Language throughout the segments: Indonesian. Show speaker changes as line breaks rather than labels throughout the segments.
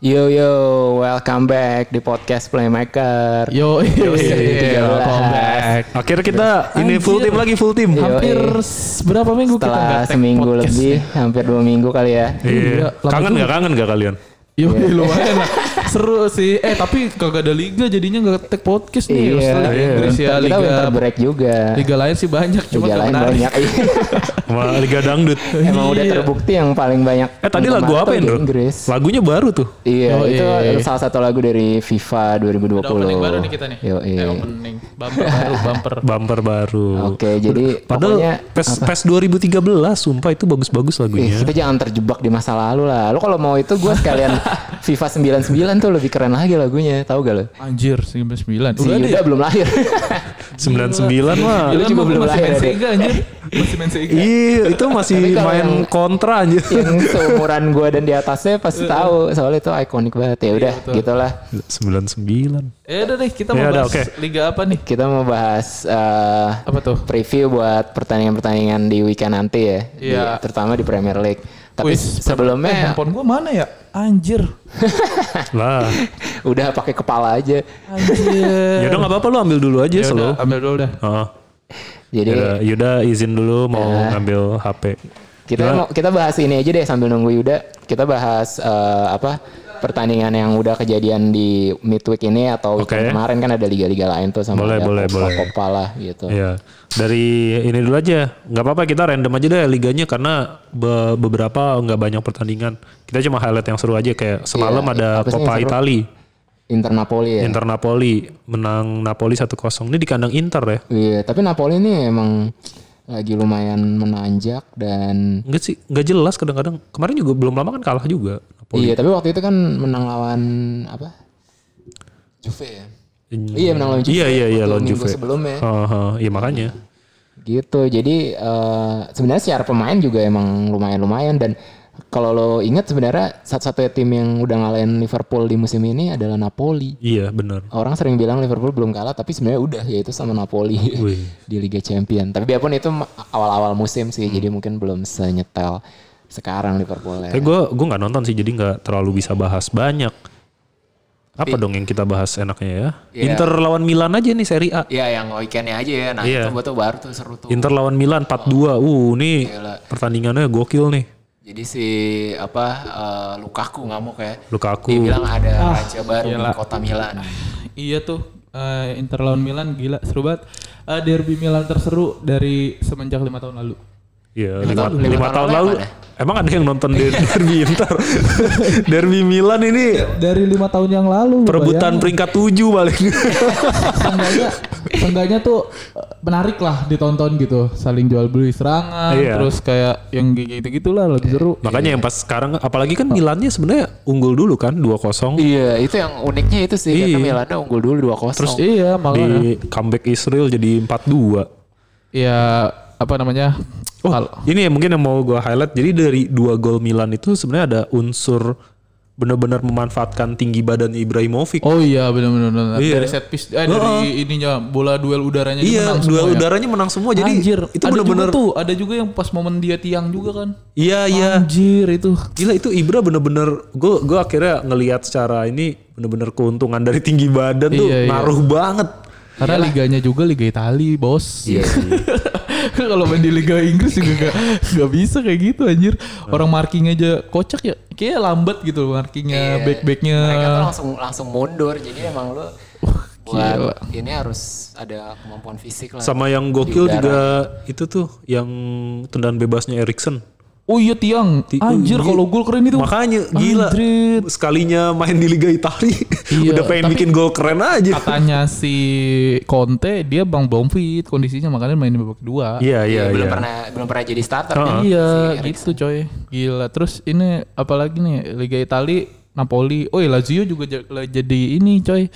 Yo yo, welcome back di podcast Playmaker.
Yo, yo,
iya, welcome back.
Akhirnya kita ini full
Anjir.
team lagi full team.
Iya.
Hampir s- berapa minggu kita nggak
Setelah
tag
seminggu
podcast
lebih,
ya?
hampir dua minggu kali ya.
Iya,
Iya.
lama
Kangen
juga.
nggak kangen nggak kalian?
Yo,
iya.
lumayan lah. Iya. Seru sih. Eh, tapi kagak ada liga jadinya nggak tag podcast nih.
Iya.
Australia,
Iya.
Inggris ya,
Kita
liga
winter break juga.
liga lain sih banyak cuma
Liga
nggak
lain
menarik.
banyak. Iya.
Sama Liga Dangdut.
Emang udah
Iya.
terbukti yang paling banyak.
Eh tadi lagu
penggemar
apa
tuh
ya,
di
Ndro?
Inggris.
Lagunya baru tuh.
Iya,
Yoi.
itu salah satu lagu dari FIFA 2020.
Ada opening baru nih kita nih.
Yoi.
Eh, opening bumper baru bumper.
Bumper baru.
Oke, jadi pokoknya
Padahal PES, PES 2013 sumpah itu bagus-bagus
Ih,
Iya.
lagunya.
kita jangan terjebak di masa lalu lah. Lo kalau mau itu gue sekalian FIFA 99 tuh lebih keren lagi lagunya, tahu gak lo?
Anjir, 99.
Si
Udah ada
Yuda
ya?
belum lahir.
99 mah.
Gila,
juga
gua
belum
masih
lahir
main
ya,
Sega anjir. Masih main Sega.
Iya, itu
Tapi
masih
kalau
main
yang- Iya.
kontra aja.
Yang seumuran gue dan di atasnya pasti
Iya.
tahu soalnya itu ikonik banget ya udah gitulah.
99.
Eh, udah deh, kita
Ya
mau
udah,
bahas
oke.
liga apa nih?
Kita mau bahas eh,
Apa tuh?
preview buat pertandingan-pertandingan di weekend nanti ya, Di-
Iya.
terutama di Premier League. Tapi
Wis, Eh,
sebelumnya
handphone gua mana ya? Anjir.
Lah,
udah pakai kepala aja.
Anjir.
ya udah nggak apa-apa lu ambil dulu aja Ah,
Ya
ya
udah,
selalu.
ambil dulu dah.
Heeh.
Jadi
Iya.
Yuda, Yuda izin dulu mau ngambil HP.
Kita
Gimana?
Ya. mau kita bahas ini aja deh sambil nunggu Yuda. Kita bahas eh, apa pertandingan yang udah kejadian di midweek ini atau
Oke.
weekend kemarin kan ada liga-liga lain tuh sama
Boleh,
ada
boleh, boleh.
Copa lah gitu.
Iya. Dari ini dulu aja. nggak apa-apa kita random aja deh liganya karena be- beberapa nggak banyak pertandingan. Kita cuma highlight yang seru aja kayak semalam
Iya,
ada
apa sih yang
Coppa
seru?
Itali.
Inter Napoli ya.
Inter Napoli menang Napoli 1-0. Ini di kandang Inter ya.
Iya, tapi Napoli ini emang lagi lumayan menanjak dan
Enggak sih, nggak jelas kadang-kadang. Kemarin juga belum lama kan kalah juga Napoli.
iya, tapi waktu itu kan menang lawan apa? Juve ya. Iya, menang lawan Juve.
Iya, iya, iya,
waktu
lawan
minggu
Juve.
sebelumnya.
Heeh, iya makanya.
gitu jadi eh, sebenarnya secara pemain juga emang lumayan lumayan dan kalau lo ingat sebenarnya satu-satunya tim yang udah ngalahin Liverpool di musim ini adalah Napoli
Iya, benar.
orang sering bilang Liverpool belum kalah tapi sebenarnya udah yaitu sama Napoli
Wih.
di Liga Champion tapi biarpun itu ma- awal-awal musim
Hmm.
sih jadi mungkin belum senyetel sekarang Liverpool ya
Tapi gue gue nggak nonton sih jadi nggak terlalu bisa bahas banyak. Apa dong yang kita bahas enaknya ya?
Iya.
Inter lawan Milan aja nih Serie A.
Iya yang weekendnya aja ya nah
Iya.
itu buat tuh baru tuh seru tuh
Inter lawan Milan 4-2. Uh, ini
Gila.
pertandingannya gokil nih.
jadi si apa eh, Lukaku ngamuk ya
Lukaku. Ah,
dibilang ada raja baru di kota Milan
Iya tuh eh, Inter lawan Milan gila seru banget. Eh, derby Milan terseru dari semenjak lima tahun lalu.
Iya,
Lima
lima,
tahun- lima
lima
tahun
tahun
lalu Iya.
lalu.
emang
Emang ada yang nonton der- derby Inter? derby Milan ini
Dari lima tahun yang lalu.
perebutan peringkat 7 paling.
Seenggaknya, seenggaknya tuh eh, menarik lah ditonton gitu. Saling jual beli serangan.
Iya.
Terus kayak yang kayak gitu-gitulah lebih seru.
Makanya yang pas sekarang apalagi kan Milannya sebenarnya unggul dulu kan 2-0
Iya, itu yang uniknya itu sih karena
Iya.
Milannya unggul dulu 2-0. Terus
Iya
di
makanya.
comeback Israel jadi 4-2.
Ya apa namanya?
Oh,
Kalau
ini ya mungkin yang mau gua highlight. Jadi dari dua gol Milan itu sebenarnya ada unsur benar-benar memanfaatkan tinggi badan Ibrahimovic.
Oh iya benar-benar benar.
Iya. Oh.
dari set piece eh, dari ininya bola duel udaranya dia
iya,
menang
dua
semua ya.
udaranya menang semua. Oh, Jadi
Anjir,
itu
ada juga
benar-benar
tuh, ada juga yang pas momen dia tiang juga kan.
Iya, iya.
Anjir itu.
Gila itu Ibra bener-bener gue gue akhirnya ngelihat secara ini bener-bener keuntungan dari tinggi badan tuh
Iya, iya.
ngaruh banget.
Karena liganya juga liga Itali, Bos. Iya. Kalau main di liga Inggris juga gak, gak bisa kayak gitu anjir. Orang marking aja kocak ya. Kayak lambat gitu loh
Iya.
markingnya, back-backnya.
Iya. mereka tuh langsung langsung mundur. Jadi emang lu buat ini harus ada kemampuan fisik lah.
ya,
Sama yang gokil juga itu tuh yang tendangan bebasnya Erikson.
Oh iya tiang.
Ti-
Anjir
Gi-
kalau gol keren itu.
Makanya gila.
Anjir.
Sekalinya main di Liga Italia
Iya,
udah pengen
tapi-
bikin gol keren aja.
Katanya si Conte dia bang belum fit kondisinya makanya main di babak kedua.
Iya iya
belum
iya.
pernah belum pernah jadi starter. kan?
Iya, gitu coy. Gila. Terus ini apalagi nih Liga Itali Napoli. Oh, Lazio juga ja- la- jadi ini coy.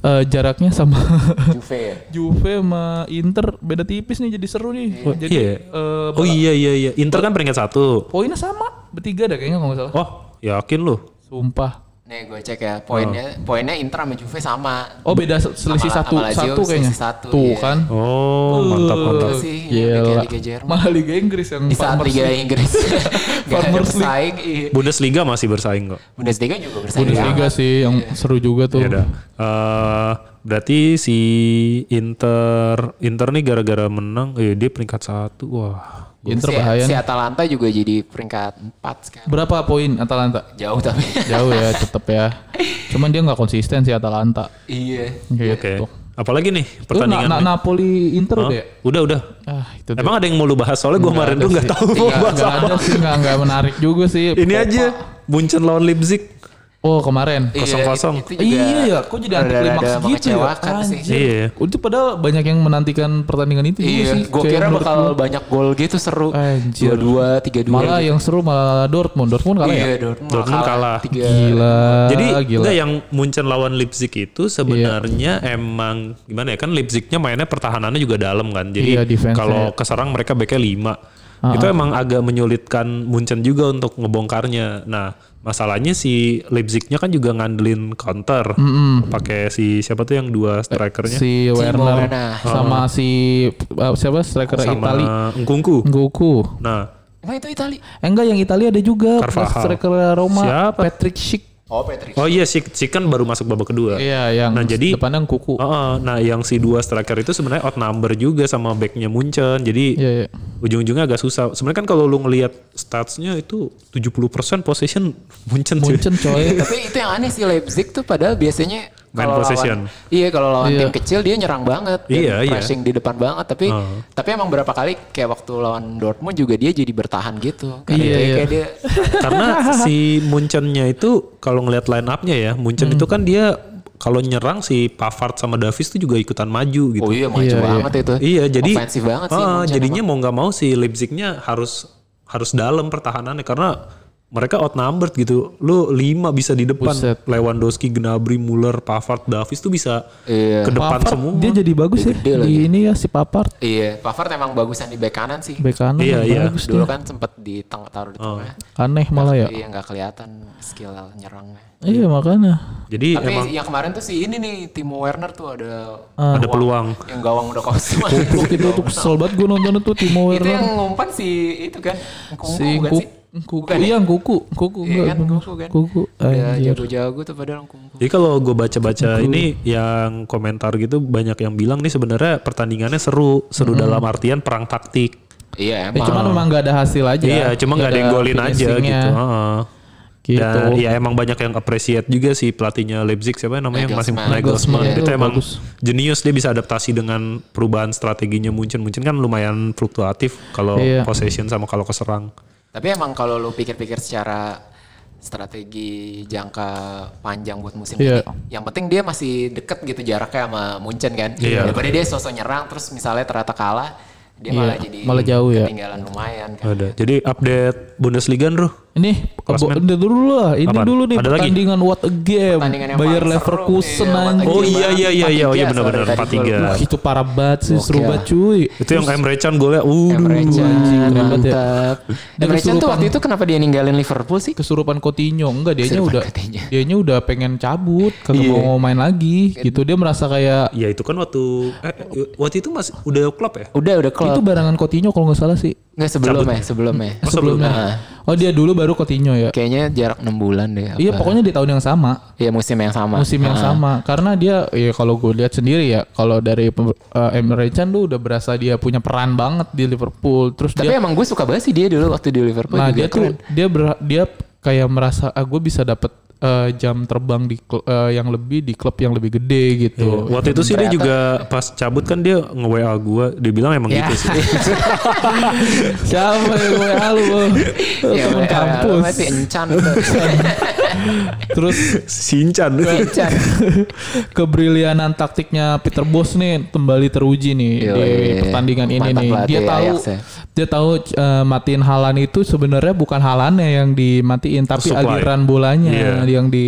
Eh, jaraknya sama
Juve. ya.
Juve sama Inter beda tipis nih jadi seru nih.
Oh,
Jadi
iya.
eh,
oh iya iya iya. Inter kan peringkat satu.
poinnya sama, bertiga dah kayaknya kalau nggak salah.
Oh yakin lu?
Sumpah.
Nih gue cek ya poinnya poinnya Inter sama Juve sama.
Oh beda se- selisih
Sama-
satu
sama Lazio
satu kayaknya.
selisih satu,
Tuh
iya.
kan. Eh,
Oh, mantap mantap.
Itu sih yang
Gila.
Liga Jerman. Iya.
Malah Liga Inggris yang
Di saat
Farmers
Liga
League.
Inggris gak ada
Farmers League.
bersaing. iya.
Bundesliga masih bersaing kok.
Bundesliga juga bersaing.
Bundesliga sih yang
Iya.
seru juga tuh.
Ya udah. Eh, berarti si Inter Inter nih gara-gara menang, eh, dia peringkat satu. Wah.
Inter
Si-
bahaya.
Si
nih.
Atalanta juga jadi peringkat 4 sekarang.
Berapa poin Atalanta?
Jauh tapi.
Jauh ya tetep ya. Cuman dia nggak konsisten si Atalanta.
iya.
Gitu.
Oke. Apalagi nih
Itu na-
pertandingan.
na- Napoli Inter
Hah?
udah ya?
Udah udah.
Ah, itu tuh.
Emang ada yang mau lu bahas soalnya gue kemarin tuh nggak tahu mau bahas
Iya, Nggak
apa.
ada sih, nggak nggak menarik juga sih.
Ini
Copa.
aja Munchen lawan Leipzig.
Oh kemarin.
Iya,
Kosong-kosong.
itu juga
Iya ya, kok jadi anti
rada-rada
klimaks gitu ya?
mengecewakan sih.
Anjir.
Iya.
Itu padahal banyak yang menantikan pertandingan itu juga
Iya,
sih.
gue
Kayak
kira
menurut
bakal
gua.
banyak gol gitu seru.
Anjir.
Dua-dua, tiga-dua.
malah
Iya.
gitu.
yang seru malah Dortmund. Dortmund kalah
Iya,
ya.
Dortmund,
Dortmund kalah.
Tiga.
Gila. Ah, gila.
Jadi
Iya.
enggak, ya? yang Munchen lawan Leipzig itu sebenarnya emang gimana ya kan Leipzignya mainnya pertahanannya juga dalam kan. Jadi
Iya, defense-nya. Ah,
kalau keserang mereka backnya 5. Itu emang agak menyulitkan Munchen juga untuk ngebongkarnya. Nah, masalahnya si Leipzignya kan juga ngandelin counter pakai si siapa tuh yang dua strikernya
Eh, si
Timo
Werner
Werner.
sama si eh, siapa striker Itali
Oh. sama Ngkungku.
Goku.
Nah,
Emang itu Itali?
Eh, enggak yang Italia ada juga
Carvajal.
striker Roma
Siapa?
Patrick Schick.
Oh, Patrick.
oh iya si, si kan baru masuk babak kedua.
Iya yang
Nah, jadi-
depannya kuku.
Heeh, nah yang si dua striker itu sebenarnya outnumber juga sama backnya Munchen. Jadi
Iya iya.
ujung-ujungnya agak susah. Sebenarnya kan kalau lu ngelihat statsnya itu 70% possession Munchen cuy.
Munchen coy.
Tapi itu yang aneh sih Leipzig tuh padahal biasanya
Main
kalau
possession.
Lawan, iya kalau lawan
Iya.
tim kecil dia nyerang banget, dan
Iya, iya.
pressing di depan banget. Tapi
Oh.
Heeh.
tapi emang berapa kali kayak waktu lawan Dortmund juga dia jadi bertahan gitu. Kayak,
Iya,
kayak-
iya.
kayak dia
Karena si Munchennya itu kalau ngelihat line up-nya ya,
Hmm.
Munchen itu kan dia kalau nyerang si Pavard sama Davis itu juga ikutan maju gitu.
Oh iya maju
Iya, iya.
banget itu.
Iya, jadi
ofensif banget sih.
Ah,
Munchen
jadinya
emang.
mau nggak mau si Leipzignya harus harus dalam pertahanannya karena mereka outnumbered gitu. Lu lima bisa di depan.
Buset.
Lewandowski, Gnabry, Müller, Pavard, Davis tuh bisa
Iya.
ke depan
Pavard,
semua.
Dia jadi bagus ya.
Gede
Di
lagi.
ini ya si Papart
Iya, Pavard emang bagusan di bek kanan sih.
bek kanan
Iya, iya.
bagus
Dulu
dia.
kan sempet di tengah taruh
Oh.
di tengah.
Aneh malah ya.
Iya nggak kelihatan skill nyerangnya.
Iya makanya.
Jadi
Tapi
Iya, emang
yang kemarin tuh si ini nih Timo Werner tuh ada
Ah.
ada peluang.
yang gawang udah kosong.
Goblok itu tuh kesel banget gue nonton itu Timo
itu yang
Werner.
ngumpan si itu kan kuku
Si
bukan
Kuku.
sih?
Kuku.
Bukan ya?
Iya kuku. Kuku.
Iya kan
enggak,
kuku kan.
Kuku. eh.
Udah
Anjir.
jago-jago tuh padahal kuku.
Jadi kalau gue baca-baca ini yang komentar gitu banyak yang bilang nih sebenarnya pertandingannya seru, seru dalam artian perang taktik.
Iya
Ya,
emang.
cuman memang gak ada hasil aja.
Iya, cuma nggak ada yang golin aja
finishingnya.
gitu. Heeh.
Gitu.
Dan ya emang banyak yang appreciate juga sih pelatihnya Leipzig siapa namanya yang masih
Nagelsmann.
Nagelsmann
Nagelsmann,
itu
iya,
emang
bagus.
jenius dia bisa adaptasi dengan perubahan strateginya Munchen Munchen kan lumayan fluktuatif kalau
Iya.
possession sama kalau keserang.
Tapi emang kalau lu pikir-pikir secara strategi jangka panjang buat musim
Iya.
ini, yang penting dia masih deket gitu jaraknya sama Munchen kan.
Iya.
Daripada dia sosok nyerang terus misalnya ternyata kalah, dia malah
Iya,
jadi
malah jauh ya.
ketinggalan lumayan kan.
Ada. Jadi update Bundesliga Ruh.
Ini
Klasmen.
udah dulu lah. Ini
Apaan?
dulu nih
Ada lagi?
pertandingan what a game.
Pertandingan yang
Bayer
paling seru, iya,
Leverkusen
what a
anjir.
game.
Oh iya iya iya iya oh iya
4-3,
benar-benar
sorry, tadi
4-3.
Wah, itu parah banget sih, seru
Gokil.
banget cuy.
Itu yang Emre Can golnya. Uh.
Emre Can,
keren banget ya.
mantap.
Dia
Emre Can tuh
kesurupan.
waktu itu kenapa dia ninggalin Liverpool sih?
Kesurupan Coutinho enggak dianya
Kesurupan
udah
Coutinho. Iya.
dianya udah pengen cabut, kagak mau main lagi gitu. Dia merasa kayak
Ya itu kan waktu eh, waktu itu masih udah klub ya?
Udah udah
itu
klub. Iya.
barangan Coutinho kalau nggak salah sih.
Nggak sebelumnya, sebelumnya. Nah,
Sebelumnya. Oh dia dulu baru Coutinho ya.
kayaknya jarak 6 bulan deh. apa.
Iya, pokoknya di tahun yang sama.
Iya, musim yang sama. Ah.
musim yang sama karena dia ya kalau gue lihat sendiri ya kalau dari pem- eh, Emre Can tuh udah berasa dia punya peran banget di Liverpool terus
Tapi
dia
emang gue suka banget sih dia dulu waktu di Liverpool
nah
juga
dia tuh dia ber- dia kayak merasa ah gue bisa dapet eh, jam terbang di kl- eh, yang lebih di klub yang lebih gede gitu
Iya.
Waktu itu sih dia juga pas cabut kan dia nge-WA gua, dia bilang emang
Iya.
gitu sih.
siapa yang gue halu
Ya,
temen
ya, ya,
kampus
masih encan tuh.
terus
Sincan.
encan.
kebrilianan taktiknya Peter Bos nih kembali teruji nih di
Yoi.
pertandingan ini
Mantan
nih.
pelatih
Dia tahu
Ajax ya.
dia tahu eh, matiin Halan itu sebenarnya bukan Halannya yang dimatiin tapi
Supply.
aliran bolanya
Iya.
yang di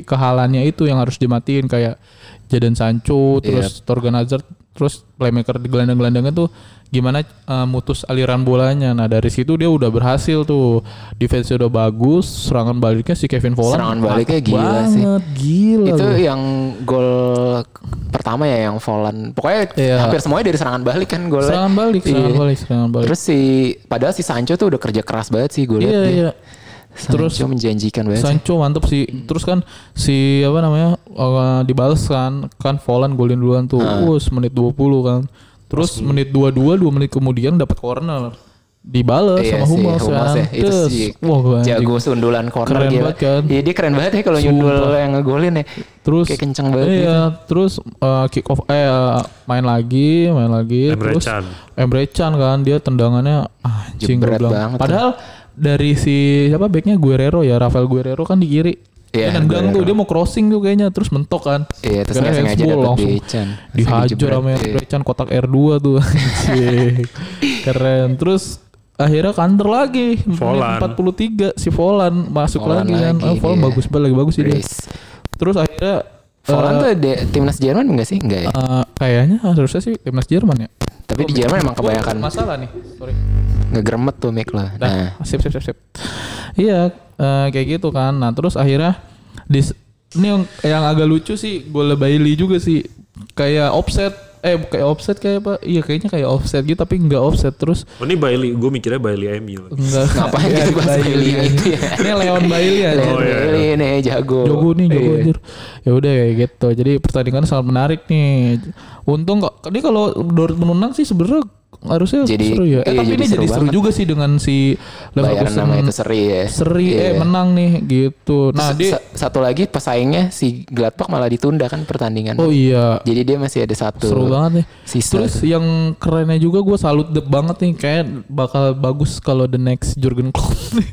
Iya.
ke Haalandnya itu yang harus dimatiin kayak Jadon Sancho terus Torgan Hazard terus playmaker di gelandang-gelandangnya tuh gimana eh, mutus aliran bolanya. Nah, dari situ dia udah berhasil tuh. Defense udah bagus, serangan baliknya si Kevin Volland.
Serangan baliknya
aktif
gila
banget,
sih.
gila.
itu
loh.
yang gol pertama ya yang Volan. Pokoknya
Iya.
hampir semuanya dari serangan balik kan golnya.
serangan balik, serangan
Iya.
balik, serangan balik.
Terus si padahal si Sancho tuh udah kerja keras banget sih gue liat
iya,
dia.
iya.
Sancho
Terus-
menjanjikan banget. sih. Hmm.
Sancho mantep sih. Terus kan si apa namanya eh, dibales kan kan Volan golin duluan tuh.
Ah.
Us menit 20 kan. Terus menit 22 2 menit kemudian dapat corner. Dibales
Iya
sama
sih,
Hummels
Hummels
kan.
ya. Itu
Terus,
sih
wah, gua anjing.
jago sundulan corner
Keren
gila.
banget kan.
Iya dia keren banget ya kalau nyundul
Sumpah.
yang ngegolin ya.
Terus
kayak kenceng banget
Iya,
gitu.
terus eh, kick off eh eh, main lagi, main lagi
Emre
terus
Can.
Emre Can kan dia tendangannya ah, anjing gua
Jebret
bilang.
banget
Padahal dari si siapa backnya Guerrero ya, Rafael Guerrero kan di kiri.
Iya,
dia nendang tuh,
Guerrero.
dia mau crossing tuh kayaknya terus mentok kan.
Iya, terus
Akhirnya
nggak sengaja
handsball,
dapet
langsung
di Can. Langsung
Dihajar
dijebret,
sama
iya.
Emre Can kotak R2 tuh. Anjing. Keren. Terus akhirnya counter lagi menit
Volan.
43 si Volan masuk
Volan
lagi kan.
lagi iya.
Oh, Volan
dia.
bagus banget lagi bagus sih dia.
Brace.
Terus akhirnya
Volan
eh,
tuh de- timnas Jerman enggak sih? Enggak ya.
eh, kayaknya harusnya sih timnas Jerman ya.
Tapi di Jerman emang kebanyakan
Gua masalah nih. Sorry.
ngegremet tuh Mick lah. Nah,
Dah, sip sip sip sip. Iya, eh, kayak gitu kan. Nah, terus akhirnya di ini yang, yang agak lucu sih gol Bailey juga sih. Kayak offset eh kayak offset kayak apa? Iya, kayaknya kayak offset gitu tapi enggak offset terus
Oh, ini Bailey, gue mikirnya Bailey MU.
enggak
Ngapain gitu bahas Bailey gitu ya?
Ini Leon Bailey ya.
Leon
Oh, iya.
Bailey nih jago.
Jogo nih, jago
Iya.
anjir. Ya udah kayak gitu. Jadi pertandingan sangat menarik nih. Untung kok ini kalau Dortmund menang sih sebenarnya harusnya
Jadi-
seru ya. Eh,
iya,
tapi
jadi
ini
seru
jadi seru
banget.
juga sih dengan si
Bayar
Leverkusen
nama itu seri ya.
seri
Iya.
eh menang nih gitu. Nah,
Terus
di
sa- satu lagi pesaingnya si Gladbach malah ditunda kan pertandingan.
Oh iya.
Jadi dia masih ada satu.
Seru banget nih.
Sisa.
Terus yang kerennya juga gue salut dep banget nih kayak bakal bagus kalau the next Jurgen Klopp nih.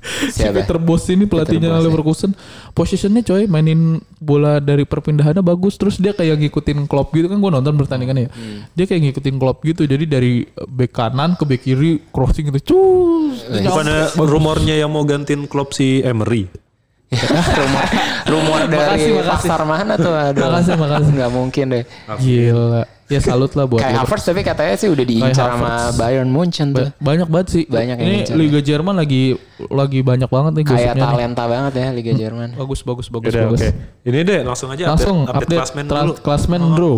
Si
Siapa?
Peter Bos ini
Bosz,
pelatihnya
ya.
Leverkusen Positionnya coy mainin bola dari perpindahannya bagus Terus dia kayak ngikutin Klopp gitu kan gue nonton pertandingannya ya
Hmm.
Dia kayak ngikutin Klopp gitu Jadi dari back kanan ke back kiri crossing gitu Cus
Nah,
Bukannya rumornya yang mau gantiin Klopp si Emery.
rumor rumor dari
Makasih, makasih.
pasar mana tuh aduh.
Makasih, makasih.
Nggak mungkin deh.
Gila Ya salut lah buat
Kai
Leverkusen.
Havertz tapi katanya sih udah diincar
Kai
sama
Havertz.
Bayern Munchen tuh.
Ba- banyak banget sih.
Banyak yang
ini
ngincer.
Liga Jerman lagi lagi banyak banget nih
Kayak
gosipnya nih.
talenta banget ya Liga Jerman.
Bagus bagus bagus
Yaudah,
bagus.
oke. Ini deh langsung aja
Iya, Langsung
update, update, klasmen
tra-
dulu. Oh.
klasmen, Bro.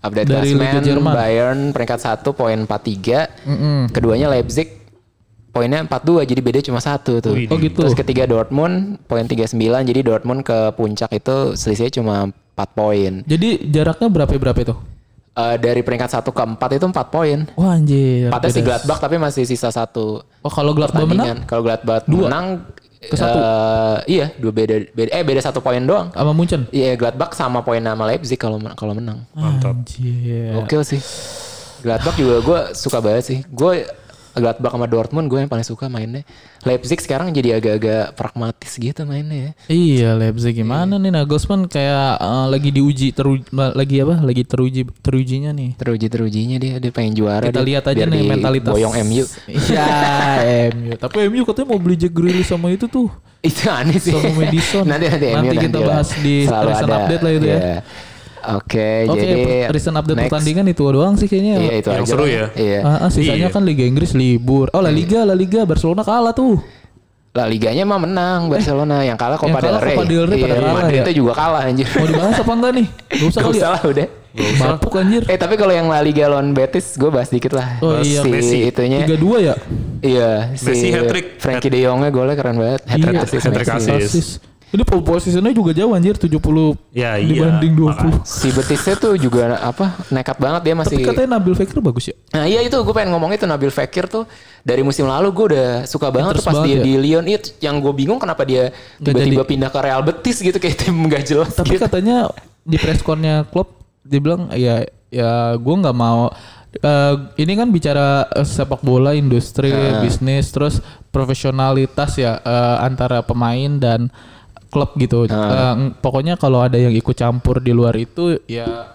Update
Dari Liga
klasmen
Jerman.
Bayern peringkat 1 poin 43.
Mm-mm.
Keduanya Leipzig poinnya 42 jadi beda cuma satu tuh.
Wih,
Oh gitu.
Terus ketiga Dortmund poin 39 jadi Dortmund ke puncak itu selisihnya cuma 4 poin.
Jadi jaraknya berapa berapa itu?
Eh, dari peringkat 1 ke 4 itu 4 poin.
Wah anjir.
Empatnya si
beda.
Gladbach tapi masih sisa satu
Oh kalau Gladbach menang
ya, pertandingan. Kalau Gladbach menang
Ke satu?
eh, iya, dua beda, beda eh beda satu poin doang.
sama Munchen.
Iya, Gladbach sama poin nama Leipzig kalau men- kalau menang.
Mantap.
Anjir.
Gokil sih. Gladbach juga gue suka banget sih. Gue Gladbach sama Dortmund gue yang paling suka mainnya. Leipzig sekarang jadi agak-agak pragmatis gitu mainnya ya.
Iya Leipzig gimana nih Nagelsmann kayak eh, lagi diuji teru lagi apa lagi teruji terujinya nih.
Teruji-terujinya dia, dia pengen juara.
Kita
dia,
lihat
biar
aja nih
di
mentalitas.
Boyong MU.
Iya MU. Iya, Tapi MU katanya mau beli Jack Grealish sama itu tuh.
Itu aneh sih.
Sama Madison.
nanti nanti,
Nanti
MU,
kita
lah.
bahas di
Selalu
recent
ada.
update lah itu ya.
Iya. Oke,
Oke,
Iya, jadi
per- recent update
next.
pertandingan itu doang sih kayaknya.
Iya itu
Yang
aja.
seru
lah.
ya.
Iya.
Ah, ah, sisanya
Iya.
kan Liga Inggris libur. Oh, La Liga, La Liga Barcelona kalah tuh.
La Liganya mah menang Barcelona yang kalah Copa
yang kalah
del Rey.
Copa del Rey pada
Iya,
kalah
Madrid
ya.
itu juga kalah anjir.
Mau dibahas apa enggak nih? Gak usah
Gak
kali
usah
ya.
lah udah.
Mabuk anjir.
Eh tapi kalau yang La Liga lawan Betis gue bahas dikit lah.
Oh, iya.
si
Messi.
itunya.
3-2 ya?
Iya, si
Messi hat-trick.
Frankie De Jongnya golnya keren banget. Hat-trick
Iya,
assist
hat-trick
Messi.
assist.
Ini pole positionnya juga jauh anjir, 70
Ya, iya.
dibanding 20.
Si Betisnya tuh juga apa nekat banget dia masih
Tapi katanya Nabil Fekir bagus ya?
Nah iya itu gue pengen ngomong itu Nabil Fekir tuh dari musim lalu gue udah suka banget tuh
Interest
pas dia
banget ya.
di Lyon itu yang gue bingung kenapa dia
Nggak
tiba-tiba
jadi.
pindah ke Real Betis gitu kayak tim gak jelas
Tapi kan
gitu.
katanya di pressconnya Klopp dia bilang ya ya gue nggak mau eh, ini kan bicara eh, sepak bola industri
Iya.
bisnis terus profesionalitas ya eh, antara pemain dan klub gitu.
Iya.
Eh, ng- pokoknya kalau ada yang ikut campur di luar itu ya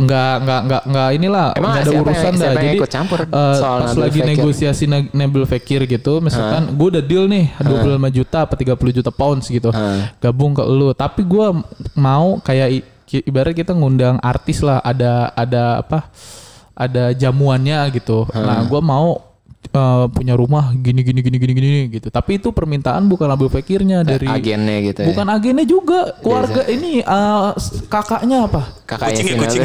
nggak nggak nggak nggak inilah
Emang
nggak ada
siapa yang-
urusan
siapa
dah
yang
jadi
ikut campur
eh,
soal
pas
Nabil
lagi
Fekir?
negosiasi Na- Nabil Fekir gitu misalkan gue udah deal nih 25 juta apa 30 juta pounds gitu gabung ke lu tapi gue mau kayak i- ki- ibarat kita ngundang artis lah ada ada apa ada jamuannya gitu nah gua mau eh, punya rumah gini gini gini gini gini gitu tapi itu permintaan bukan Abdul Fakirnya dari
agennya gitu ya.
bukan agennya juga keluarga ini eh, s- kakaknya apa
Kakaknya
Kucing ya,
si Mel.
kucing.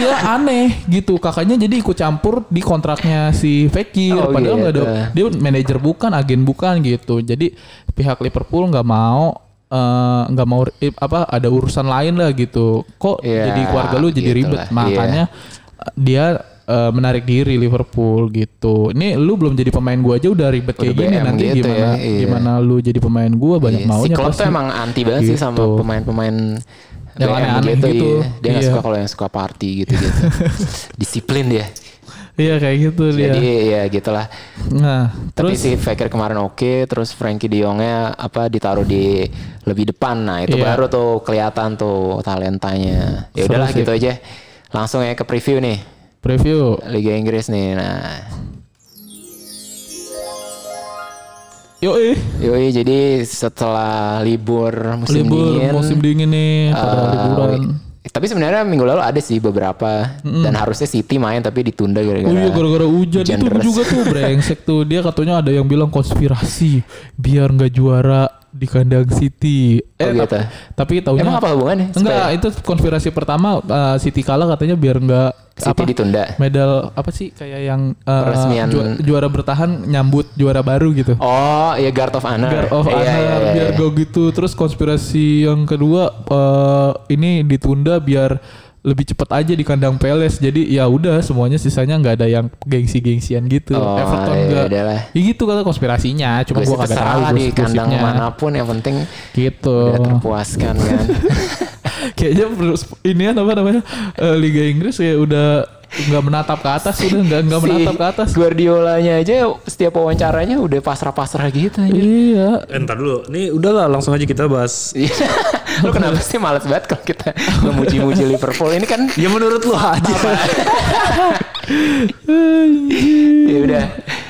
iya aneh gitu kakaknya jadi ikut campur di kontraknya si Fekir
Oh,
padahal nggak ada dia manajer bukan agen bukan gitu jadi pihak Liverpool nggak mau eh, nggak mau eh, apa ada urusan lain lah gitu kok
Ya,
jadi keluarga lu jadi
gitu
ribet
lah,
makanya eh, dia eh, menarik diri Liverpool gitu ini lu belum jadi pemain gua aja udah ribet kayak gini
BM
nanti
gitu ya,
gimana
iya.
gimana lu jadi pemain gua banyak
Iya,
maunya
si Klopp tuh
pasti.
emang anti banget sih sama
Gitu.
pemain-pemain
Yang
BM
aneh-aneh gitu.
iya. Dia nggak
Iya.
suka kalau yang suka party gitu-gitu. Disiplin dia.
iya kayak gitu
Jadi
dia
ya gitulah.
nah
Tapi
terus
si Faker kemarin oke, terus Frankie De Jongnya apa ditaruh di lebih depan. Nah, itu
Iya.
baru tuh kelihatan tuh talentanya. Ya
Seru
udahlah
sih.
gitu aja. Langsung ya ke preview nih
preview
Liga Inggris nih. Nah,
yo eh
yoi jadi setelah libur musim
libur
dingin.
musim dingin nih pada
eh,
Iya, liburan.
tapi sebenarnya minggu lalu ada sih beberapa dan harusnya City main tapi ditunda gara-gara.
Oh iya gara-gara hujan
hujan
itu
deras.
juga tuh brengsek tuh dia katanya ada yang bilang konspirasi biar nggak juara di kandang City.
Oh,
Eh
gitu.
tapi, tapi tahunya
Emang apa hubungannya?
Enggak, itu konspirasi pertama eh, City kalah katanya biar nggak
City
apa
ditunda.
medal apa sih kayak yang eh,
Peresmian.
ju- juara bertahan nyambut juara baru gitu.
Oh, ya Guard of Honor.
Guard of
Iya,
Honor
iya, iya,
biar
iya.
gak gitu. Terus konspirasi yang kedua eh, ini ditunda biar lebih cepat aja di kandang Peles. Jadi ya udah semuanya sisanya nggak ada yang gengsi-gengsian gitu.
Oh,
Everton
iya,
nggak.
udah lah.
Ya gitu kata konspirasinya. Cuma
Gue sih
gua kagak
terserah
tahu
lah di
gosip-
kandang
gosipnya.
manapun yang penting
Gitu.
udah terpuaskan kan.
Kayaknya ini apa namanya eh, Liga Inggris ya udah nggak menatap ke atas udah nggak nggak menatap ke atas.
Guardiolanya aja setiap wawancaranya udah pasrah-pasrah gitu anjir.
Iya,
Eh, ntar dulu. Nih udahlah langsung aja kita bahas.
Lu kenapa sih males banget kalau kita memuji-muji Liverpool ini kan
Ya menurut lu aja.
ya udah.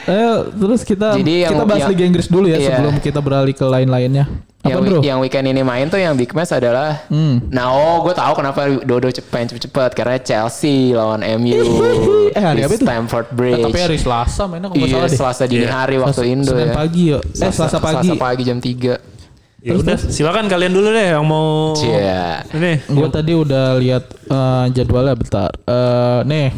Ayo, terus kita
Jadi yang-
kita bahas
yang-
Liga Inggris dulu ya
iya.
sebelum kita beralih ke lain-lainnya. Apa
Yang,
bro?
yang weekend ini main tuh yang big match adalah
Hmm.
Nah, oh gue tahu kenapa Dodo cep- pengen cepet-cepet karena Chelsea lawan MU
Eh,
di
hari apa itu?
Stamford
Eh,
Bridge.
tapi hari Selasa mainnya kalau nggak
iya,
salah deh.
Selasa dini hari waktu
Selasa-
Indo
Senin
ya.
pagi ya. Eh, Selasa pagi.
Selasa pagi jam 3.
ya udah, silakan kalian dulu deh yang mau.
Oh.
Cia.
Ini.
Gue tadi udah lihat eh, jadwalnya bentar. Eh, nih,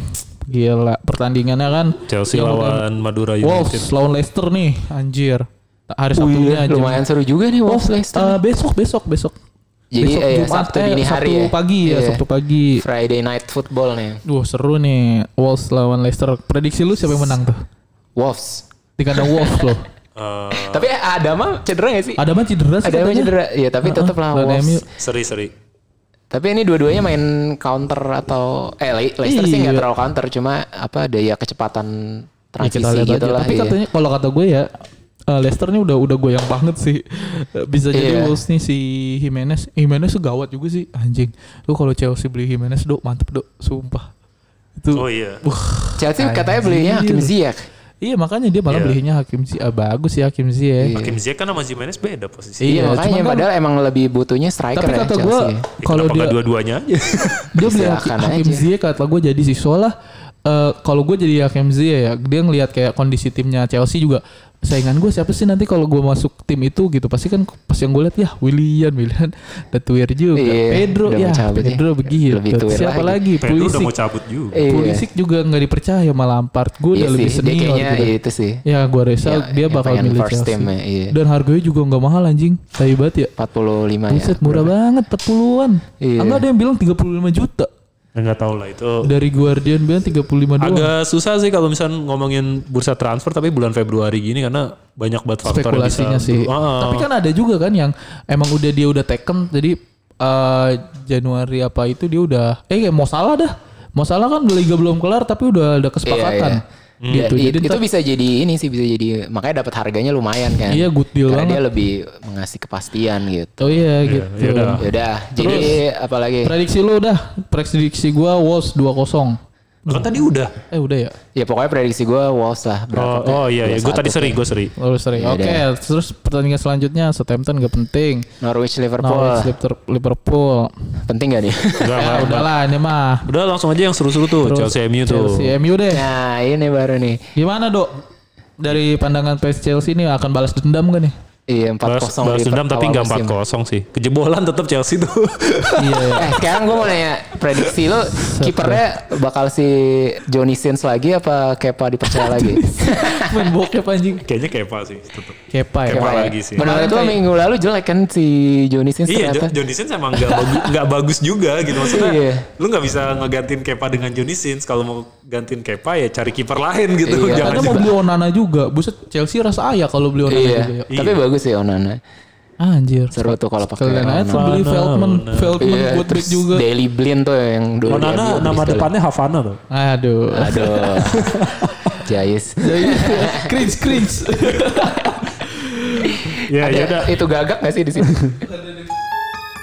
gila pertandingannya kan
Chelsea
yang udah-
lawan Madura United.
Wolves lawan Leicester nih, anjir. Hari Sabtunya aja. Oh,
lumayan seru juga nih Wolves Leicester.
Eh, besok besok besok.
Jadi,
besok
eh,
Jumat,
Sabtu
eh,
dini hari
Sabtu
ya.
pagi ya,
Iya.
Sabtu pagi.
Friday Night Football nih.
Duh, seru nih Wolves lawan Leicester. Prediksi lu siapa yang menang tuh?
Wolves.
Di kandang Wolves loh.
Eh,
Tapi ada mah cedera gak sih?
Ada mah cedera sih
Ada mah
katanya.
cedera. Ya tapi tetap lah
lawan MU.
Wolves.
seri seri.
Tapi ini dua-duanya main counter atau eh Le- Leicester sih nggak
Iya.
terlalu counter cuma apa daya kecepatan
Ya,
transisi
kita lihat
gitu
aja.
lah.
Tapi
iya.
katanya kalau kata gue ya eh, Leicester nih udah udah goyang banget sih. Eh, Bisa jadi
Iya.
Wolves nih si Jimenez. Jimenez tuh gawat juga sih anjing. Lu kalau Chelsea beli Jimenez do mantep do sumpah. Itu
Oh iya.
Chelsea katanya belinya
Anjir.
Hakim Ziyech.
Iya makanya dia malah
Iya.
belinya Hakim Ziyech. Ah, bagus ya Hakim Ziyech.
Hakim Ziyech kan sama Jimenez beda
Iya,
posisi.
Iya,
makanya
cuman kan-
padahal emang lebih butuhnya striker
Tapi
ya
kata gue
Chelsea.
Ya,
kalau
kenapa
dia
nggak dua-duanya aja?
dia beli
Silakan
Hak- Hakim
aja.
Ziyech kata gue jadi sih soalnya eh, kalau gue jadi Hakim Ziyech ya dia ngelihat kayak kondisi timnya Chelsea juga saingan gue siapa sih nanti kalau gue masuk tim itu gitu pasti kan pas yang gue lihat ya William William dan Tuir juga
Iya,
Pedro
udah
ya
mau cabut ya.
Pedro begitu
Lebih Tuir
siapa
lagi.
lagi,
Pedro udah
Pulisic
mau cabut juga.
Eh.
Iya.
Pulisic juga nggak dipercaya sama Lampard gue
Iya
udah lebih
sih, dia
senior
kayaknya
gitu.
itu sih.
ya gue rasa
Iya,
dia
yang
bakal
pengen
milih
first
Chelsea
team ya, iya.
dan harganya juga nggak mahal anjing tapi banget ya
45 ya.
Buset
Iya,
murah banget 40-an.
Iya.
Enggak ada yang bilang 35 juta.
Enggak Ya, tahu lah itu.
Dari Guardian bilang 35 doang.
Agak susah sih kalau misalnya ngomongin bursa transfer tapi bulan Februari gini karena banyak banget faktor yang bisa.
spekulasinya sih.
Ah,
Tapi kan ada juga kan yang emang udah dia udah taken jadi eh, Januari apa itu dia udah eh kayak mau salah dah. Mau salah kan liga belum kelar tapi udah ada kesepakatan.
Iya,
Ya,
Gitu.
i-
jadi
itu
ntar-
bisa jadi ini sih bisa jadi makanya dapat harganya lumayan kan.
Iya, good deal
Karena dia
banget.
lebih mengasih kepastian gitu.
Oh iya
Iya,
gitu.
yaudah.
Yaudah, jadi apalagi
Prediksi lu udah, prediksi gua Wolves 2-0.
Kan tadi udah.
Eh udah ya?
Ya pokoknya prediksi gue Wolves lah.
Oh,
berangkat
oh iya, iya. gue tadi seri, gue seri.
Lalu seri.
Iya,
Ya
Oh, Oke, terus pertandingan selanjutnya Southampton gak penting.
Norwich Liverpool.
Norwich Liverpool- Nah, Liverpool.
Penting gak nih?
Enggak,
Ya udahlah ini mah.
Udah langsung aja yang seru-seru tuh Chelsea MU tuh.
Chelsea MU deh.
nah ini baru nih.
Gimana, Dok? Dari pandangan PS Chelsea ini akan balas dendam gak nih?
Iya 4-0
Balas, balas
di
dendam
awal
tapi nggak
musim.
4-0 sih. Kejebolan tetap Chelsea tuh.
Iya. ya.
Eh sekarang gue mau nanya prediksi lu kipernya bakal si Johnny Sins lagi apa Kepa dipercaya lagi?
Main bokep anjing.
Kayaknya Kepa sih tetap.
Kepa ya.
Kepa
Kepa ya?
lagi sih.
Menurut itu
Kayak-
minggu lalu jelek kan si Johnny Sins
Iya,
ternyata.
Jo- Johnny Sins emang nggak bagu- nggak bagus juga gitu maksudnya.
Iya.
Lu nggak bisa ngegantiin Kepa dengan Johnny Sins. Kalau mau gantiin Kepa ya cari kiper lain gitu.
Iya.
Jangan
Karena mau
diba-
beli Onana juga. Buset, Chelsea rasa ayah kalau beli Onana
Iya,
juga. ya.
tapi bagus sih Onana.
Anjir.
Seru tuh kalau pakai
Kalian aja tuh
Onana.
beli
Onana,
Feldman,
Onana.
Feldman
Iya,
buat back
terus
juga.
Daily Blind tuh yang dulu.
Onana
yang
nama
dulu.
depannya Havana tuh.
Aduh.
Aduh. Jais.
cringe, cringe.
Ya, ya udah.
Itu gagak gak sih di sini?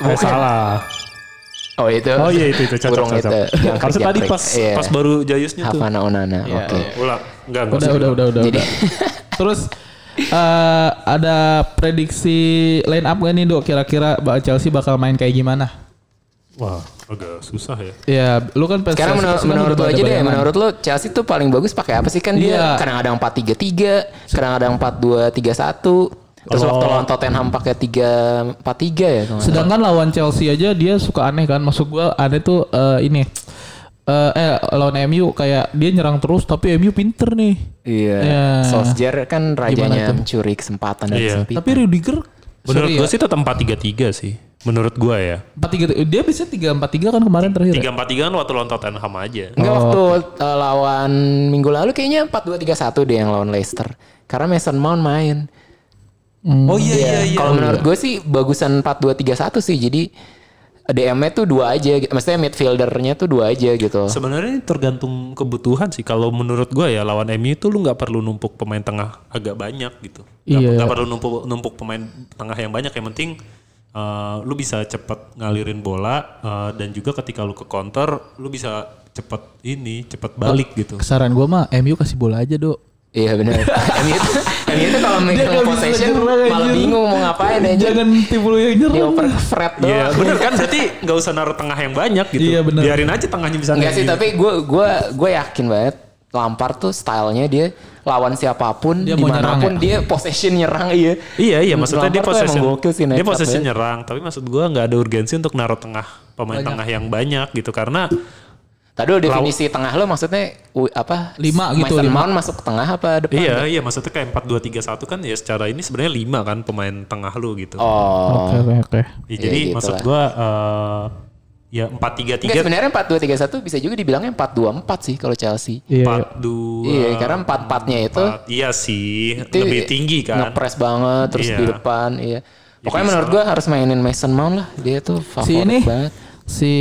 Eh, salah.
Oh itu.
Oh iya itu itu cocok
Burung
cocok.
itu. Yang
Harusnya tadi
jangkrik.
pas
Iya.
pas Iya. baru Jayusnya tuh.
Havana Onana. Oke.
Ulang. Enggak enggak.
udah,
usah.
udah, udah, udah.
Jadi-
udah. Terus eh, ada prediksi line up gak nih dok? Kira-kira ba- Chelsea bakal main kayak gimana?
Wah, agak susah ya.
Ya, lu kan pasti
Sekarang menurut,
gitu
menurut lo aja deh, menurut lo Chelsea tuh paling bagus pakai apa sih kan dia
Iya.
kadang-kadang 4-3-3, kadang-kadang 4-2-3-1. Terus
Kalau-
waktu lawan Tottenham pakai 3-4-3 ya. kalau nggak salah.
Sedangkan lawan Chelsea aja dia suka aneh kan. Maksud gua aneh tuh eh, ini. Eh, eh lawan MU kayak dia nyerang terus tapi MU pinter nih.
Iya.
Ya.
Solskjaer kan rajanya
tuh?
mencuri kesempatan dan
Iya.
kesempatan.
Tapi Rudiger
Menurut
sorry ya,
gue sih tetap 4-3-3 sih. Menurut gue ya.
empat tiga dia bisa tiga empat tiga kan kemarin terakhir. ya?
3-4-3 kan waktu lawan Tottenham aja.
Enggak waktu uh, lawan minggu lalu kayaknya 4-2-3-1 deh yang lawan Leicester. Karena Mason Mount main.
Hmm,
Oh iya iya iya.
Kalau menurut gue sih bagusan 4-2-3-1 sih. Jadi DM-nya tuh dua aja. gitu. Maksudnya midfieldernya tuh dua aja gitu.
Sebenarnya ini tergantung kebutuhan sih. Kalau menurut gue ya lawan MU itu lu nggak perlu numpuk pemain tengah agak banyak gitu. Nggak-
Iya.
nggak perlu numpuk numpuk pemain tengah yang banyak. Yang penting eh, lu bisa cepat ngalirin bola eh, dan juga ketika lu ke counter lu bisa cepat ini cepat balik gitu.
Kesaran gua mah MU kasih bola aja dok.
Iya benar. MU tuh MU tuh kalau megang
nggak bisa
possession
nyerang,
malah
anjir.
bingung mau ngapain aja.
Jangan tipu lu yang
Dia
nyerang.
oper ke Fred doang.
Iya bener kan berarti nggak usah naruh tengah yang banyak gitu.
Iya, bener.
Biarin aja tengahnya bisa
Enggak
naik
sih,
gitu.
tapi gue gua gua yakin banget Lampard tuh stylenya dia lawan siapapun
Dia mau
dimanapun
nyerang ya?
dia possession nyerang iya.
Iya iya maksudnya dia
Lampard tuh
possession
emang gokil sih,
dia
nekat
possession
ya.
nyerang tapi maksud gua nggak ada urgensi untuk naruh tengah pemain tengah yang banyak gitu karena
Tadi lo definisi tengah lo maksudnya u- apa?
Lima gitu,
Mason
lima.
Mount masuk ke tengah apa depan?
iya iya maksudnya kayak empat dua tiga satu kan ya secara ini sebenarnya lima kan pemain tengah lu gitu
Oh.
Oke oke oke.
Ya,
iya,
jadi
gitu
maksud
lah.
gua eh, ya empat tiga
Enggak
tiga
sebenarnya 4-2-3-1 bisa juga dibilangnya 4-2-4 sih kalau Chelsea.
Iya.
empat dua
Iya, karena 4-4-nya itu
empat. iya sih
itu
lebih tinggi kan
Ngepres banget terus
Iya.
di depan iya. Pokoknya menurut gua harus mainin Mason Mount lah. Dia tuh
Si
favorit
ini
banget.
si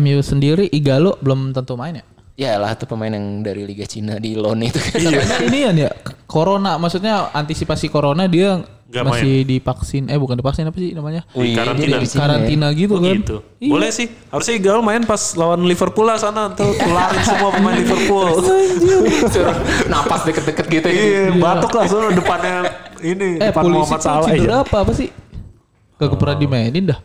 MU sendiri Igalo belum tentu main ya.
Ya lah tuh pemain yang dari Liga Cina di loan itu kan.
Iya.
Karena ini kan ya corona maksudnya antisipasi corona dia
Nggak
masih divaksin eh bukan divaksin apa sih namanya?
Di karantina.
Iya, Di ya.
Karantina gitu kan.
gitu
Iya.
boleh sih harusnya Igal main pas lawan Liverpool lah sana tuh tularin semua pemain Liverpool
Suruh napas deket-deket gitu.
iya batuk lah soalnya depannya ini
Eh
depan
polisi
Muhammad
tuh
Salah Oh.
cedera
ya
apa apa sih? Kagak pernah dimainin dah.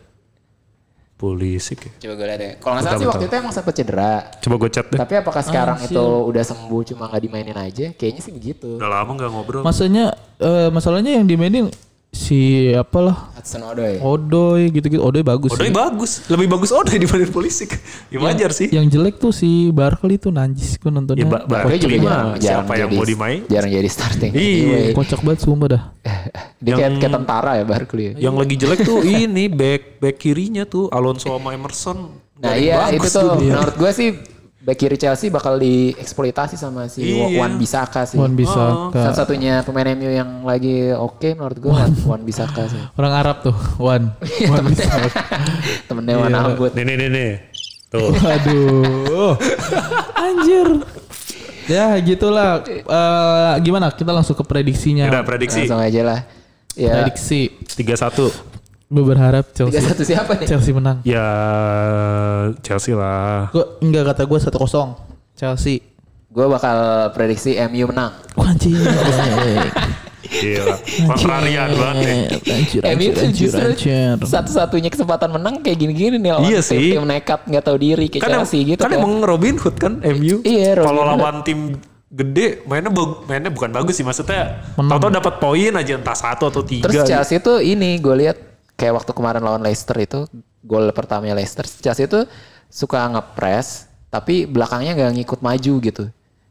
polisi ya.
Coba gue lihat ya. Kalau nggak salah sih waktu itu emang sempat cedera.
Coba gue chat deh.
Tapi
Ah,
apakah sekarang itu udah sembuh cuma nggak dimainin aja? Kayaknya sih begitu.
Udah lama gak ngobrol.
Maksudnya eh, masalahnya yang dimainin si apalah
Hudson Odoi.
Odoy gitu-gitu. Odoy bagus. sih.
Odoi bagus. Lebih bagus Odoi dibanding Polisik.
Iya.
Ya wajar sih.
Yang jelek tuh si Barkley tuh najis gue nontonnya.
Ya ba
Odoi
Barkley mah siapa
ya.
yang
jadi- ya.
mau dimain?
Jarang jadi starting.
Iya.
Anyway.
Kocak banget sumpah dah.
Dia kayak, kayak tentara ya Barkley. ya.
Yang lagi jelek tuh ini back back kirinya tuh Alonso sama Emerson.
Nah
Gak ada yang
iya itu
bagus
tuh
dia.
menurut gue sih back kiri Chelsea bakal dieksploitasi sama si
Iya. Oh.
Wan Bisaka sih.
Wan bisa
Salah satunya pemain MU yang lagi oke menurut gue Wan Bisaka sih.
Orang Arab tuh, Wan. Wan bisa.
Temennya
Iya.
Wan Albut.
Nih nih nih nih. Tuh.
Aduh. Anjir. Ya gitulah. Eh, gimana? Kita langsung ke prediksinya.
Udah prediksi.
Langsung aja lah. Ya.
Prediksi.
3-1.
Gue berharap Chelsea
3-1 siapa nih?
Chelsea menang.
Ya Chelsea lah.
Gue enggak kata gue 1-0. Chelsea.
Gue bakal prediksi MU menang.
Anjing.
Gila. Kontrarian banget ya.
Anjir,
MU
anjir,
tuh
anjir,
Eh, justru
anjir.
satu-satunya kesempatan menang kayak gini-gini nih lawan
Iya sih.
tim nekat nggak tahu diri kayak
Kan, em-
Chelsea gitu.
kan
kan.
emang Robin Hood kan MU.
Iya, Robin
Kalau
Hood.
lawan tim gede mainnya bag- mainnya bukan bagus sih maksudnya.
Menang.
Tahu-tahu dapat poin aja entah satu atau tiga.
Terus
gitu.
Chelsea tuh ini gue lihat kayak waktu kemarin lawan Leicester itu gol pertamanya Leicester Chelsea tuh suka ngepres tapi belakangnya nggak ngikut maju gitu.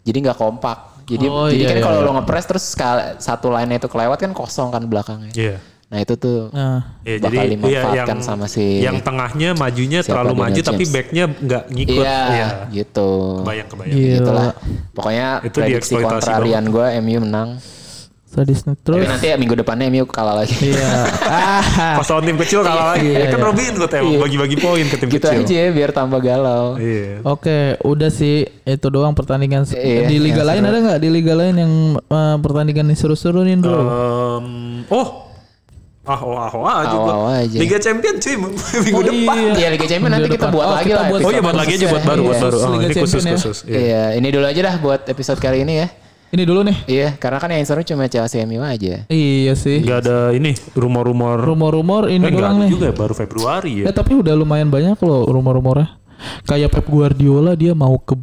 Jadi nggak kompak. Jadi
Oh,
jadi
iya,
kan
iya,
kalau
iya.
lo ngepres terus sekal- satu line itu kelewat kan kosong kan belakangnya.
Iya.
Nah itu tuh
Nah,
Iya,
Bakal
jadi iya,
dimanfaatkan
yang
sama si-
yang tengahnya majunya
siapa
terlalu
Daniel
maju tapi
James.
backnya nggak ngikut.
iya gitu.
Kebayang kebayang.
Gila.
Gitulah. Pokoknya
Itu
prediksi
dieksploitasi
kontrarian gue MU menang.
sadis nih.
Tapi
terus.
nanti ya minggu depannya MU kalah lagi.
Iya. Ah.
Pas lawan tim kecil kalah lagi. Ya kan Robin Hood emang bagi-bagi poin ke tim
Iya, gitu
kecil.
aja biar tambah galau.
Iya.
Oke, udah sih itu doang pertandingan se-
Iya,
di liga
yang
lain
seru.
ada nggak di liga lain yang eh, pertandingan yang seru-seru nih
Eh.
dulu?
Em, oh. Ah, oh, ah, oh, ah, aja gua.
Awal-awal aja.
Liga Champion cuy
Oh,
minggu depan.
Iya Liga Champions nanti
Minggu
kita
depan.
buat
Oh,
lagi
kita
lah.
buat-
Oh
episode
iya buat lagi aja
khususnya.
buat baru, buat
Iya.
baru.
Khusus
Oh,
Liga
ini khusus
Champion ya.
khusus.
Iya, ini dulu aja dah buat episode kali ini ya.
Ini dulu nih.
Iya, karena kan yang seru cuma Chelsea MU aja.
Iya sih.
Enggak ada ini rumor-rumor.
Rumor-rumor ini
Eh, nggak
doang
ada
nih.
juga ya, baru Februari ya.
Eh tapi udah lumayan banyak loh rumor-rumornya. Kayak Pep Guardiola dia mau ke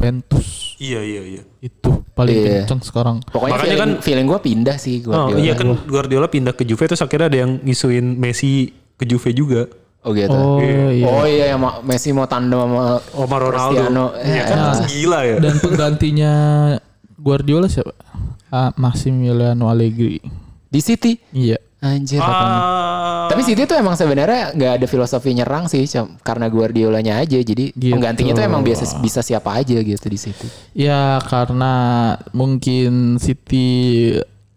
Juventus.
Iya, iya, iya.
Itu paling
Iya.
kenceng sekarang.
Pokoknya
Makanya
feeling,
kan-
feeling gue pindah sih gue.
Oh, iya kan Guardiola pindah ke Juve terus akhirnya ada yang ngisuin Messi ke Juve juga.
Oh gitu.
Oh iya.
Oh iya, yang ma- Messi mau tandem sama
Omar Ronaldo.
Cristiano.
Iya kan
Ah.
gila ya.
Dan penggantinya Guardiola siapa? Ah, Massimiliano Allegri.
di City.
Iya.
Anjir.
Ah.
Tapi City tuh emang sebenarnya nggak ada filosofi nyerang sih, cum- karena Guardiolanya aja. Jadi
Gitu.
penggantinya tuh emang biasa bisa siapa aja gitu di City.
Ya karena mungkin City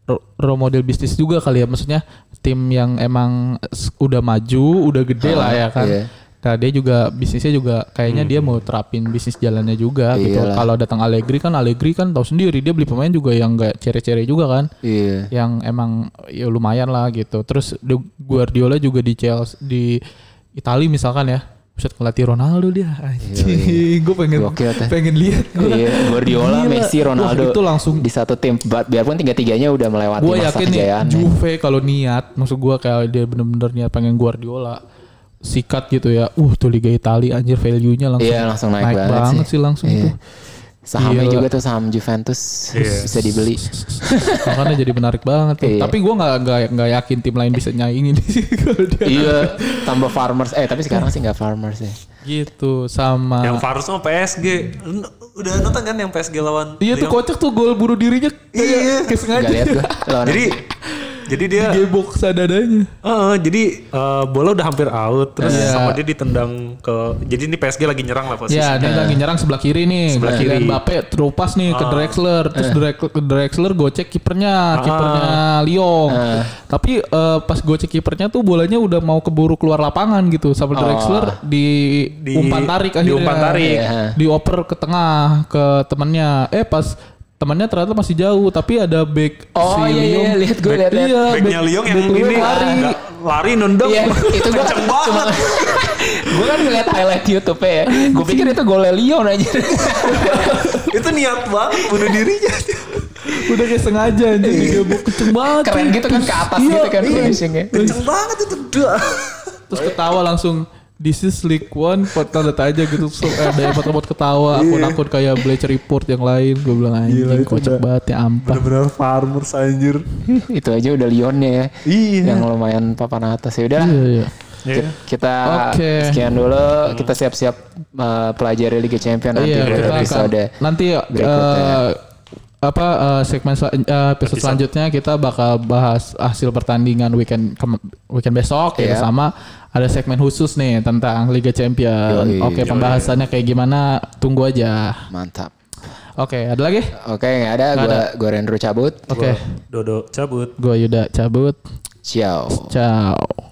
ro- role model bisnis juga kali ya maksudnya tim yang emang s- udah maju, udah gede lah ya kan.
iya. Hmm.
Nah dia juga bisnisnya juga kayaknya dia mau terapin bisnis jalannya juga gitu.
Iyalah.
Kalau datang Allegri kan Allegri kan tahu sendiri dia beli pemain juga yang enggak cere-cere juga kan.
Iya.
Yang emang ya lumayan lah gitu. Terus du- Guardiola juga di Chelsea di Italia misalkan ya. Buset ngelatih Ronaldo dia. Anjing, gue pengen
Iya, Gokil, teh.
pengen lihat. gua.
Iya, Guardiola,
Gila.
Messi, Ronaldo
Wah, itu langsung
di satu tim. Ba- Biarpun tiga-tiganya udah melewati
gue
masa
yakin nih
kejayaan. ya.
Juve kalau niat, maksud gue kayak dia bener-bener niat pengen Guardiola sikat gitu ya. Uh tuh Liga Italia anjir value-nya langsung
Iya, langsung naik banget
sih,
sih.
langsung
Iya.
tuh.
Sahamnya
Gila.
juga tuh saham Juventus
Iya.
bisa dibeli.
Makanya jadi menarik banget tuh.
Iya.
Tapi gue nggak nggak nggak yakin tim lain bisa nyaingin sih kalau dia
iya, tambah farmers. Eh, tapi sekarang sih nggak farmers ya.
gitu sama
Yang Farus sama PSG. Lu Udah nonton kan yang PSG lawan
Iya tuh
Lyon?
kocak tuh gol bunuh dirinya kayak
Iya.
kayak sengaja.
Gak lihat gua. Lawan
Jadi jadi dia
Gebok sadadanya.
Heeh, jadi eh, bola udah hampir out terus
Iya.
sama dia ditendang ke jadi ini PSG lagi nyerang lah posisi.
Ya, dia lagi nyerang sebelah kiri nih.
Sebelah
Giliran
kiri.
Mbappe throw pass nih
Ah.
ke Drexler,
Eh.
terus Drex- Drexler gocek kipernya, kipernya Lyon.
Ah.
Tapi eh, pas gocek kipernya tuh bolanya udah mau keburu keluar lapangan gitu sama
Ah.
Drexler di,
Di-
umpan tarik akhirnya.
diumpan tarik.
Iya.
Dioper ke tengah ke temannya. Eh pas temannya ternyata masih jauh, tapi ada back
Oh, iya, iya,
Lyon.
lihat gua, lihat, lihat.
Iya,
Backnya
back-
Lyon yang
back
ini
Lyon lari.
nggak- lari nendang.
Iya, itu gua
kenceng
cuma
banget.
gue kan ngeliat highlight YouTube ya. Gue pikir itu gol Lyon aja.
itu niat banget bunuh dirinya.
Udah kayak sengaja anjir digebuk kenceng
Iya.
banget. Iya,
Keren gitu kan ke atas gitu kan finishingnya.
Kenceng banget itu. Dah.
terus ketawa langsung This is League One, pot tanda aja gitu so, eh, Ada yang pot ketawa,
Iya.
akun-akun kayak Bleacher Report yang lain Gue bilang anjing kocak banget ya ampah
Bener-bener farmers anjir.
itu aja udah Lyonnya ya.
Iya.
Yang lumayan papan atas ya udah.
Iya iya
Iya.
Kita
Oke.
sekian dulu. Kita siap-siap uh, pelajari Liga Champions nanti
Iya
buat
kita akan
episode.
Nanti
berikutnya.
eh, apa eh, segmen sel- eh, episode selanjutnya kita bakal bahas hasil pertandingan weekend kem- weekend besok
Iya.
ya sama ada segmen khusus nih tentang Liga Champion.
Yoi.
Oke pembahasannya kayak gimana tunggu aja.
Mantap.
Oke ada lagi?
Oke, nggak ada.
Nggak
Gue gue Rendro cabut.
Oke
Dodo cabut.
gue Yuda cabut.
Ciao.
Ciao.